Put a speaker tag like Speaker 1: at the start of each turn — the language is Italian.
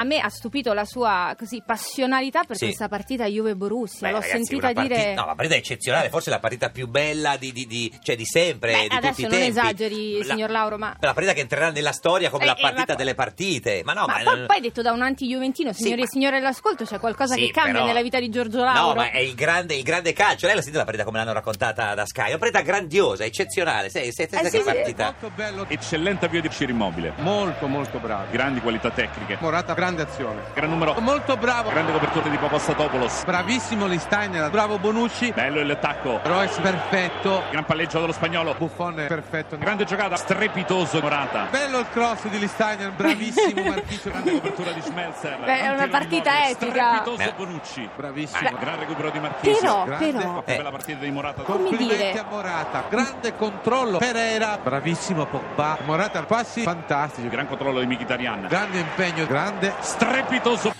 Speaker 1: A me ha stupito la sua così, passionalità per
Speaker 2: Sì.
Speaker 1: questa partita Juve-Borussia.
Speaker 2: Beh,
Speaker 1: L'ho
Speaker 2: ragazzi,
Speaker 1: sentita
Speaker 2: una parti-
Speaker 1: dire.
Speaker 2: No, la partita è eccezionale, forse la partita più bella di, di- di- cioè di sempre,
Speaker 1: Beh,
Speaker 2: di tutti
Speaker 1: adesso
Speaker 2: i
Speaker 1: non
Speaker 2: tempi.
Speaker 1: esageri,
Speaker 2: La- cioè,
Speaker 1: signor Lauro, ma.
Speaker 2: La partita che entrerà nella storia come
Speaker 1: Eh,
Speaker 2: la
Speaker 1: eh, ma-
Speaker 2: partita delle partite. Ma no,
Speaker 1: ma
Speaker 2: ma,
Speaker 1: poi, poi detto da un anti-juventino, signore
Speaker 2: ma-
Speaker 1: e signori all'ascolto, c'è qualcosa
Speaker 2: Sì,
Speaker 1: che cambia
Speaker 2: però-
Speaker 1: nella vita di Giorgio Lauro.
Speaker 2: No, ma è il grande, il grande calcio. Lei l'ha sentita la partita come l'hanno raccontata da Sky? È Una partita grandiosa, eccezionale. Sei, sei,
Speaker 1: Eh,
Speaker 2: che
Speaker 1: sì, sì.
Speaker 2: partita.
Speaker 3: Molto bello,
Speaker 4: Eccellente avvio di Ciro Immobile.
Speaker 3: molto molto bravo.
Speaker 4: Grandi qualità tecniche.
Speaker 3: Morata, grande azione.
Speaker 4: Gran numero.
Speaker 3: Molto bravo.
Speaker 4: Grande copertura di Papastatopoulos.
Speaker 3: Bravissimo Listainer, bravo Bonucci.
Speaker 4: Bello il tacco.
Speaker 3: Royce perfetto.
Speaker 4: Gran palleggio dello spagnolo.
Speaker 3: Buffon è perfetto.
Speaker 4: Grande giocata. Strepitoso Morata.
Speaker 3: Bello il cross di Listainer, bravissimo Marchisio.
Speaker 4: Grande copertura di Schmelzer.
Speaker 1: Beh, è una
Speaker 4: Anche
Speaker 1: partita Cioè,
Speaker 4: Immobile.
Speaker 1: etica.
Speaker 4: Strepitoso
Speaker 2: Beh.
Speaker 4: Bonucci. Ecco,
Speaker 3: Bravissimo.
Speaker 4: Gran recupero di Marchesi.
Speaker 1: però,
Speaker 3: grande-
Speaker 1: però.
Speaker 2: Eh.
Speaker 4: Bella partita di Morata.
Speaker 1: Come
Speaker 3: Complimenti
Speaker 1: dire?
Speaker 3: a Morata. Grande controllo. Pereira, bravissimo Pogba. Morata passi fantastici.
Speaker 4: Gran controllo di Mkhitaryan.
Speaker 3: Grande impegno, grande
Speaker 4: Strepitoso.